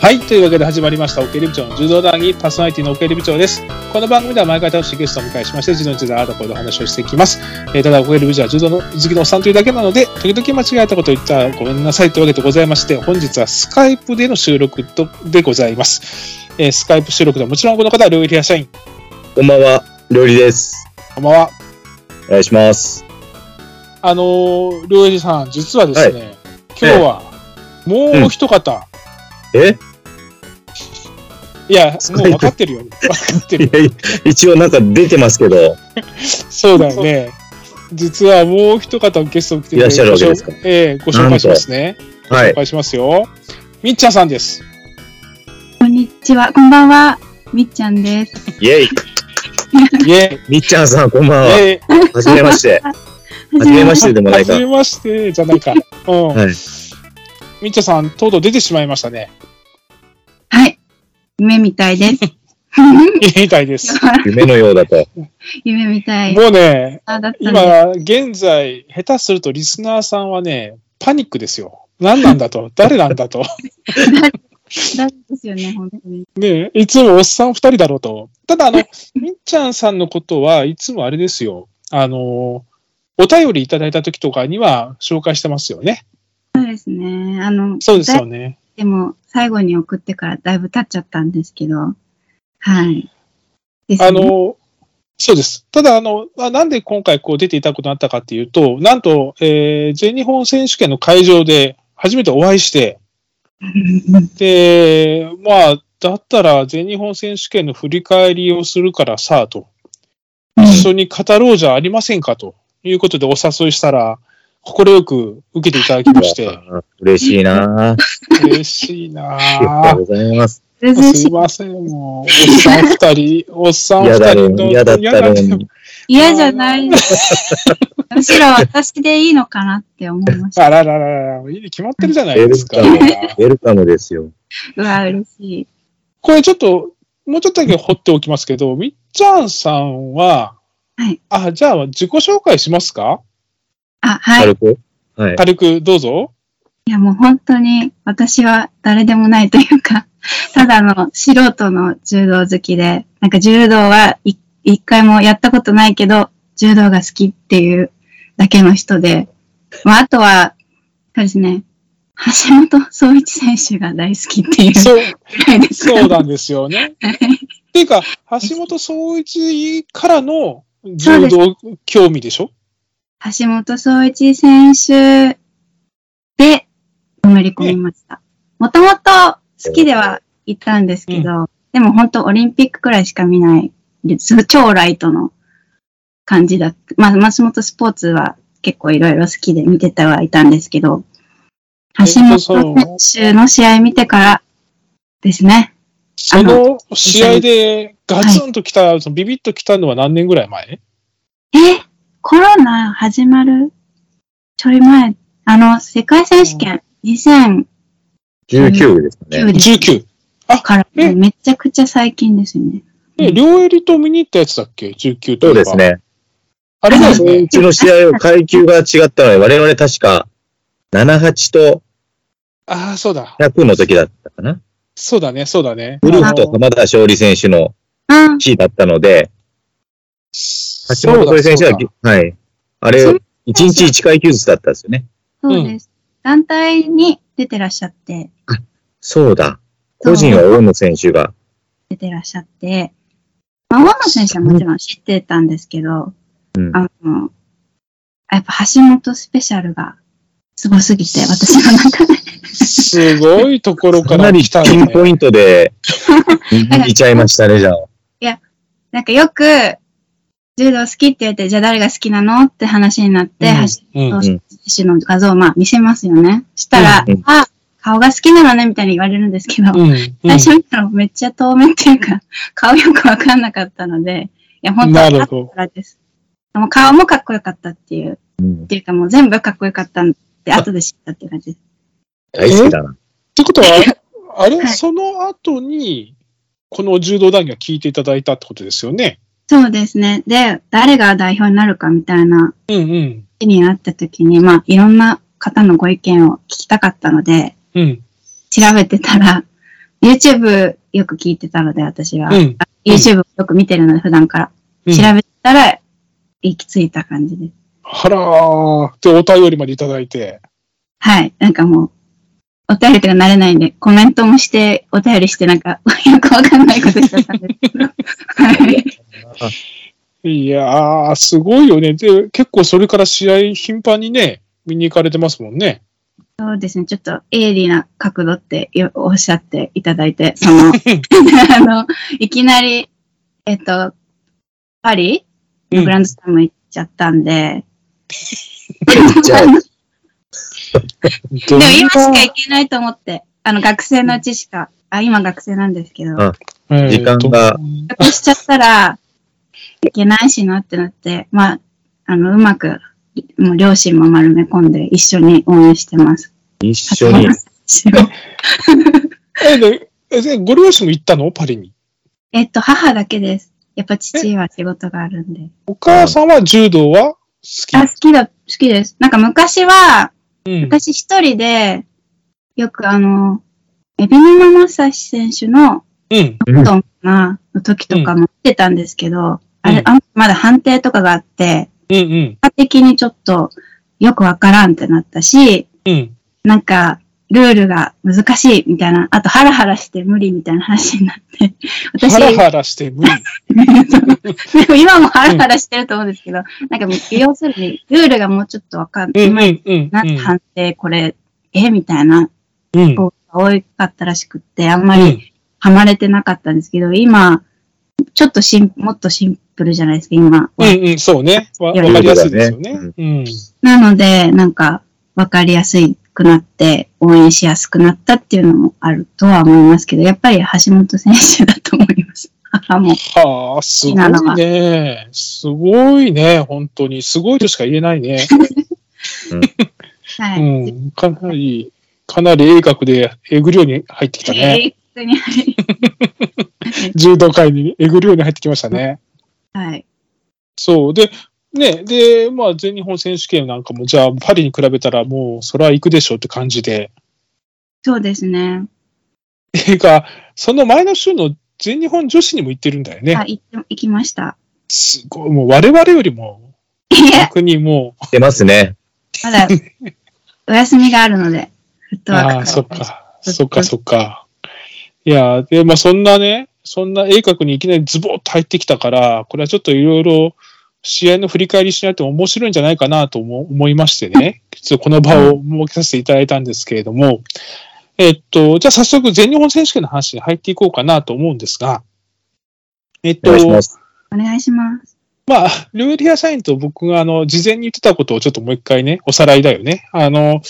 はい。というわけで始まりました、オケリ部長の柔道談義、パーソナリティのオケリ部長です。この番組では毎回楽しいゲストをお迎えしまして、柔道についてあなたこういうお話をしていきます。えーただ、オケリ部長は柔道の好きのおっさんというだけなので、時々間違えたことを言ったらごめんなさいというわけでございまして、本日はスカイプでの収録とでございます。えースカイプ収録ではもちろんこの方は料理屋社員。こんばんは、料理です。こんばんは。お願いします。あのー、料理さん、実はですね、今日は、もう一方、え いや、スカもうイ分プかってるよ。分かってるい。やい一応なんか出てますけど、そうだよね。実はもう一方ゲストに来てくれいらっしゃるわけですかご紹ええご紹介しますね。は紹い。介しますよ。みっちゃんさんです。こんにちは、こんばんは、みっちゃんです。イェイイェイ。みっちゃんさん、こんばんイは。ェイ。はじめまして。ははじめまししてでもないかはじ。めまして、じゃないか。うん。 はいみっちゃんさん、とうとう出てしまいました ね。てはい、夢みたいです。 みたいです。夢のようだと。夢みたいもうね、だったんで、今、現在、下手するとリスナーさんはね、パニックですよ。何なんだと。誰なんだと。 だったんですよね、本当に。ねえいつもおっさん二人だろうと。ただ、あの、 みっちゃんさんのことはいつもあれですよ。あの、お便りいただいた時とかには紹介してますよね。そうですね、あの、そうですよね。でも最後に送ってからだいぶ経っちゃったんですけど、はい。ですねあ、の、そうです。ただ、あの、あなんで今回こう出ていただくことになったかっていうと、なんと、えー、全日本選手権の会場で初めてお会いして、で、まあ、だったら全日本選手権の振り返りをするからさ、と。 一緒に語ろうじゃありませんかということでお誘いしたら、快く受けていただきまして、嬉しいなぁ。あ嬉しいなりがぁと。うございます。全然すいしません、もう、おっさん二人、おっさん二嫌だ人ろの、う、嫌だったろ嫌うだに。嫌じ ゃないです。むしろ私でいいのかなって思いました。あらららら、決まってるじゃないですかウ。ェウェルカムですよ。うわ、嬉しい。これちょっと、もうちょっとだけ掘っておきますけど、みっちゃんさんははい、あ、じゃあ自己紹介しますかあ、はい。軽く。はい。軽く、どう ぞ。いやもう本当に私は誰でもないとい うか、ただの素人の柔道好きで、なんか柔道はい一回もやったことないけど、柔道が好きっていうだけの人で、まああとは、そうですね、橋本総一選手が大好きっていうそう、ぐらいですかそうなんですよね。っていうか、橋本総一からの柔道興味でしょ橋本総一選手で、のめり込みました。もともと好きではいたんですけど、でも本当オリンピックくらいしか見ない、ですごい超ライトの感じだった。まあ、松本スポーツは結構いろいろ好きで見てたはいたんですけど、橋本本そう選手の試合見てからですね。その試合でガツンと来た、そのビビッと来たのは何年ぐらい前えコロナ始まるちょい前、あの、世界選手権2009 19ですかね。ですね ?19。から、えめちゃくちゃ最近ですね。で、両襟と見に行ったやつだっけ ?19 とそういえばです。ね。あれだようね。ちの試合は階級が違ったので、我々確か78とああ、そうだ。 100の時だったかな。そうだね、そうだね。ウルフあとの浜田勝利選手のあ、地位だったので、橋そう本だ勝利選手はそうだ、はい。あれ、そう1日1階級ずつだったんですよね。そうです。団体に出てらっしゃって、そうだ。個人は大野選手が。出てらっしゃって、まあ、大野選手はもちろん知ってたんですけど、うん。あの、やっぱ橋本スペシャルがすごすぎて、私の中で。 すごいところかかならり来 たピねン。ポイントで、握っちゃいましたね、じゃあ。なんかよく、柔道好きって言って、じゃあ誰が好きなのって話になって、うん橋うん本選手の画像をまあ見せますよね。したら、うんうんあ、顔が好きなのねみたいに言われるんですけど、うん最初見たらめっちゃ遠目っていうか、 顔よくわかんなかったので、いや、うん本当なはるだほど。からです。もう顔もかっこよかったっていう、うんっていうかもう全部かっこよかったんで、後で知ったっていう感じです。大好きだな。ってことは、あれ、はいその後に、この柔道談義を聞いていただいたってことですよね。そうですね。で、誰が代表になるかみたいなうんうん。気になった時に、まあ、いろんな方のご意見を聞きたかったので、うん。調べてたら、 YouTube よく聞いてたので、私は。うん。 YouTube よく見てるので、普段から。うん調べたら、行き着いた感じです。あらー。で、お便りまでいただいて。はい。なんかもう、お便りとか慣れないんで、コメントもして、お便りして、なんか、 よくわかんないことしちゃったんですけど。はい。いやー、すごいよね。で、結構それから試合頻繁にね、見に行かれてますもんね。そうですね。ちょっと鋭利な角度ってよおっしゃっていただいて、その、あの、いきなり、えっと、パリのグランドスタム行っちゃったんで、じゃあ、ででも今しか行けないと思って、あの、学生のうちしか、あ、今学生なんですけど、あ時間が。帰国しちゃったら、いけないしなってなって、まあ、あの、うまく、もう両親も丸め込んで一緒に応援してます。一緒に。一緒にえ、で、えでご両親も行ったのパリに。 えっと、母だけです。やっぱ父は仕事があるんで。お母さんは柔道は好き。あ、好きだ、好きです。なんか昔は、うん。私一人で、よくあの、エビ沼正史選手のうん。ロンドンかなの時とかも見てたんですけど、あれ、あんまだ判定とかがあって、うんうん。結果的にちょっとよくわからんってなったし、うん。なんか、ルールが難しいみたいな、あとハラハラして無理みたいな話になって、 私、ハラハラして無理。でも今もハラハラしてると思うんですけど、なんかもう、要するに、ルールがもうちょっとわかんなうい。んうんうんな、判定これ、えみたいなうん。うん。子が多かったらしくって、あんまりハマれてなかったんですけど、今、ちょっとシン、もっとシンプルじゃないですか、今。うんうん、そうね。わいやわかりやすいですよねルー。うん。なので、なんか、わかりやすくなって、応援しやすくなったっていうのもあるとは思いますけど、やっぱり橋本選手だと思います。 母も。はあ、すごいね。すごいね、本当に。すごいとしか言えないね。はうい。ん。かなり、かなり鋭角で、えぐるように入ってきたね。えー、普通に、はい。 柔道界にえぐるように入ってきましたね。はい。そう。で、ね、で、まあ、全日本選手権なんかも、じゃあ、パリに比べたら、もう、それは行くでしょうって感じで。そうですね。ていうか、その前の週の全日本女子にも行ってるんだよねあ、。行って、行きました。すごい、もう、我々よりも、いえ、逆にも出ますね。まだ、お休みがあるので、フッう、トワークああ、そっからか、そっか、そっか。いやー、で、まあ、そんなね、そんな鋭角にいきなりズボッと入ってきたから、これはちょっといろいろ、試合の振り返りしないと面白いんじゃないかなと思思いましてね、ちょっとこの場を設けさせていただいたんですけれども、えっと、じゃあ早速全日本選手権の話に入っていこうかなと思うんですが、えっお願いしとま、す。お願いします。まあ、ルーリアサインと僕があの、事前に言ってたことをちょっともう一回ね、おさらいだよね。あの、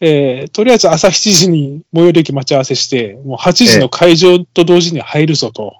えーとりあえず朝7時に最寄り駅待ち合わせして、もう8時の会場と同時に入るぞと。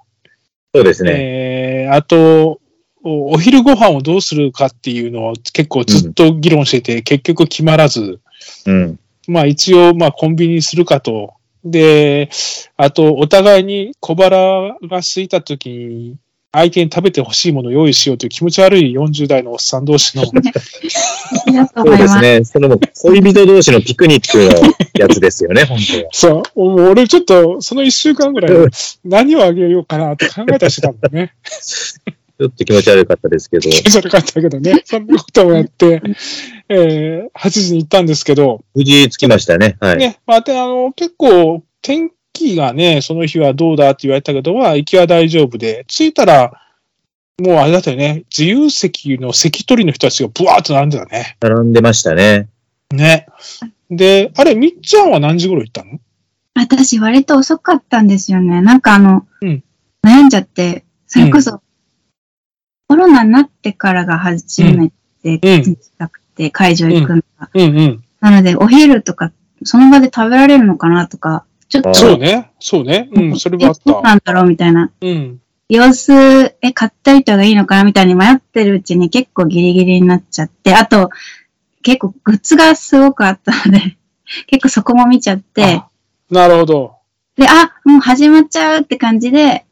そうですね。えーあと、おお昼ご飯をどうするかっていうのを結構ずっと議論してて、結局決まらず、うん。まあ一応、まあコンビニにするかと。で、あと、お互いに小腹が空いた時に、相手に食べてほしいものを用意しようという気持ち悪い40代のおっさん同士の、ありがとそうごうざでいますす。ね。その恋人同士のピクニックのやつですよね、本当は。そう、もう俺ちょっと、その一週間ぐらい、何をあげようかなって考えたりしてたんだよね。ちょっと気持ち悪かったですけど。気持ち悪かったけどね。そんなことをやって、えー8時に行ったんですけど、無事着きましたね。はい。ね、まあ、であの、結構、天気がね、その日はどうだって言われたけど、は、行きは大丈夫で、着いたら、もうあれだったよね、自由席の席取りの人たちがブワーっと並んでたね。並んでましたね。ね。で、あれ、みっちゃんは何時頃行ったの私、割と遅かったんですよね。なんかあの、うん悩んじゃって、それこそ、コロナになってからが初うんめて、近くて、会場行くのが。うんうん。なので、お昼とか、その場で食べられるのかなとか、ちょっと、あーそうね、そうね。うん、それはあっえどうた。なんだろうみたいな。うん。様子、え、買ったりとかがいいのかなみたいに迷ってるうちに結構ギリギリになっちゃって、あと、結構グッズがすごくあったので、 結構そこも見ちゃって、あなるほど。で、あ、もう始まっちゃうって感じで、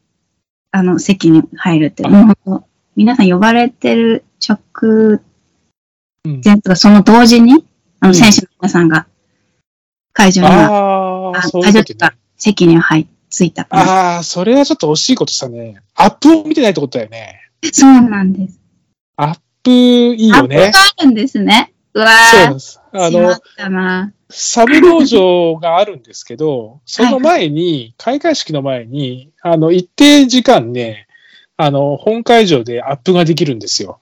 あの、席に入るっていう。もう本当皆さん呼ばれてる直うん前とか、その同時に、あうの、ん選手の皆さんが、会場には、ああ、あそうい会う場こととねか。、席には入っついたかな。ああ、それはちょっと惜しいことしたね。アップを見てないってことだよね。そうなんです。アップいいよアねップ。があるんですね。うわそうなんー、です。あしまのっ、たな。サブ道場があるんですけ ど、その前に、開会式の前に、あの、一定時間ね、あの、本会場でアップができるんですよ。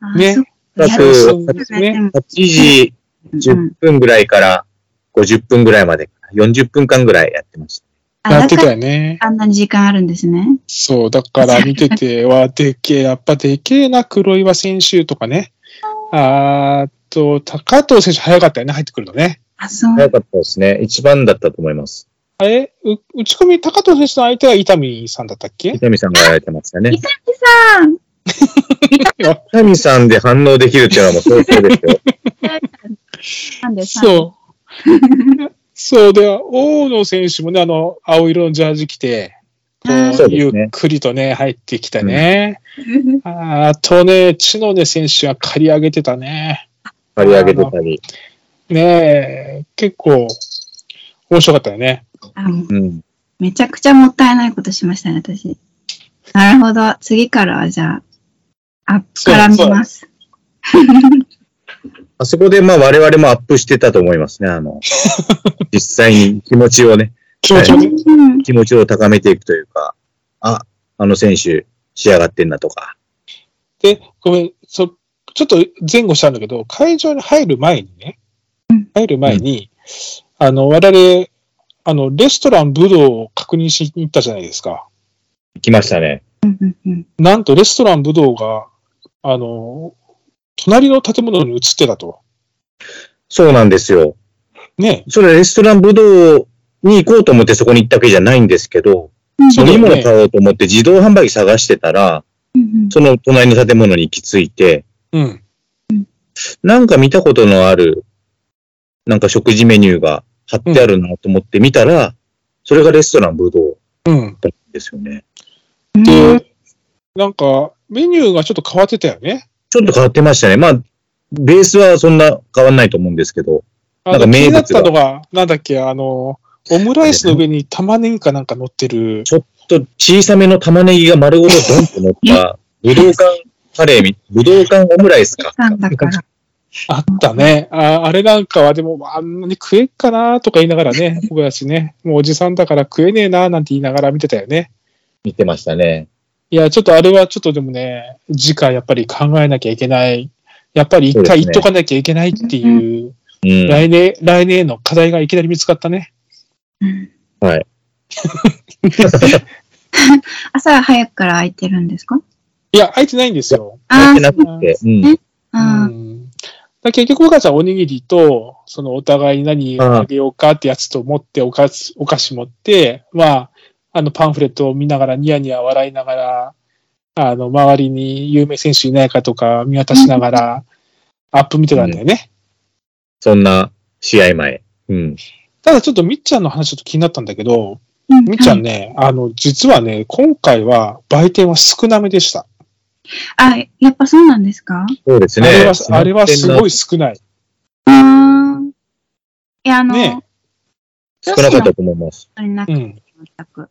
あねそっかだやっるそてうこでとすないでね。も8時10分ぐらいから50分ぐらいまで、40分間ぐらいやってました。あやだってかたらよね。あんなに時間あるんですね。そう、だから見て ては、でけえ、やっぱでけえな、黒岩選手とかね。あーっと、高藤選手早かったよね、入ってくるのね。あ、そう。早かったですね。一番だったと思います。あれう打ち込み、高藤選手の相手は伊丹さんだったっけ伊丹さんがやられてましたね。伊丹さん 伊丹さんで反応できるっていうのはもう相当です よ。なんでさそう。 そうで、大野選手もね、あの、青色のジャージ着て、こあーそうですゆねっくりとね、入ってきたね。あーとね、知野根選手が刈り上げてたね。刈り上げてたり。ねえ、結構、面白かったよね。 あもううん。めちゃくちゃもったいないことしましたね、私。なるほど。次からはじゃあ、アップから見ます。あそこでまあ我々もアップしてたと思いますね。あ の、実際に気持ちをね、気持ちそようくそねうん気持ちを高めていくというか、あ、あの選手仕上がってんなとか。で、ごめん、そちょっと前後したんだけど、会場に入る前にね、入る前に、あの、我々、あの、レストラン武道を確認しに行ったじゃないですか。来ましたね。うんうんうんなんとレストラン武道が、あの、隣の建物に移ってたと。そうなんですよ。ね。それレストラン武道に行こうと思ってそこに行ったわけじゃないんですけど、そうだ飲みよ物ね買おうと思って自動販売機探してたら、うんその隣の建物に行き着いて、うん。なんか見たことのある、なんか食事メニューが貼ってあるなと思って見たら、それがレストラン武道うん。だったんですよね。うんうんで、なんか、メニューがちょっと変わってたよね。ちょっと変わってましたね。まあ、ベースはそんな変わんないと思うんですけど、あなんのか気名に物ながったのが、なんだっけ、あの、オムライスの上に玉ねぎかなんか乗ってる。ちょっと小さめの玉ねぎが丸ごとドンと乗った、武道館カレーみ、武道館オムライスか。なんだから。あったね。ああれなんかは、でも、あんなに食えっかなとか言いながらね、僕たちね、もうおじさんだから食えねえななんて言いながら見てたよね。見てましたね。いや、ちょっとあれはちょっとでもね、次回やっぱり考えなきゃいけない。やっぱり一回言っとかなきゃいけないっていう、うん。来年、来年への課題がいきなり見つかったね。うんはい。朝早くから空いてるんですかいや、空いてないんですよ。やっあてーなくて。うん。あうー、んだ結局僕たちはおにぎりと、そのお互い何あげようかってやつと持って、おかつお菓子持って、まあ、あのパンフレットを見ながらニヤニヤ笑いながら、あの、周りに有名選手いないかとか見渡しながら、アップ見てたんだよね。そんな試合前。うん。ただちょっとみっちゃんの話ちょっと気になったんだけど、うんみっちゃんはいね、あの、実はね、今回は売店は少なめでした。あ、やっぱそうなんですかそうですあね。れは、あれはすごい。い少ない。あーいや、あの、ね少なかったと思います。それなくうて、ん。全く。っ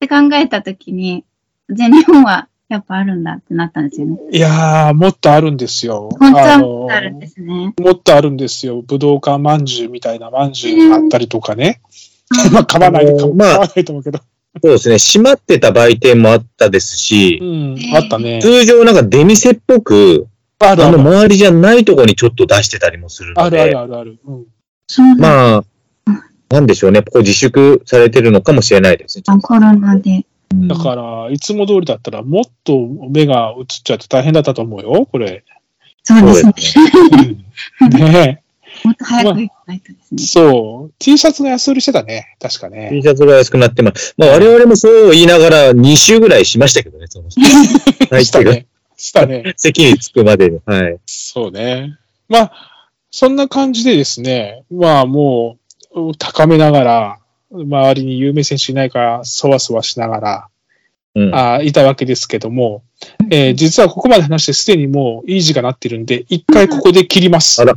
て考えたときに、全日本はやっぱあるんだってなったんですよね。いやー、もっとあるんですよ。本当はあものっとあるんですね。もっとあるんですよ。武道館まんじゅうみたいなまんじゅうがあったりとかね。 まあ、噛まないで、噛ままあ噛まないと思うけど。そうですね。閉まってた売店もあったですうし、ん、あったね。通常なんか出店っぽく、あるああのる。周りじゃないとこにちょっと出してたりもするあのるあるで、あるある。うん、そうなんだまあ、なんでしょうね。ここ自粛されてるのかもしれないですね。コロナで。うんだから、いつも通りだったら、もっと目が映っちゃって大変だったと思うよ、こ れ。そうそうでですすねね。。ねもっと早く行かないとですえ。ね。そう。T シャツの安売りしてたね。確かね。 T シャツが安くなってます。まあ我々もそう言いながら2週ぐらいしましたけどね、そ の大した体がね。したね。席に着くまでに。はい。 そうね。まあ、そんな感じでですね、まあもう、高めながら、周りに有名選手いないか、そわそわしながら、うん。あいたわけですけども、えー実はここまで 話してすでにもういい時間になってるんで、一回ここで切ります。あら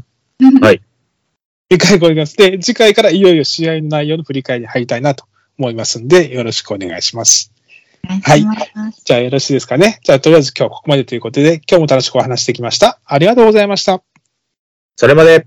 理解があります。で、次回からいよいよ試合の内容の振り返りに入りたいなと思いますんで、よろしくお願いします。お願いします。じゃあよろしいですかね。じゃあとりあえず今日はここまでということで、今日も楽しくお話してきました。ありがとうございました。それまで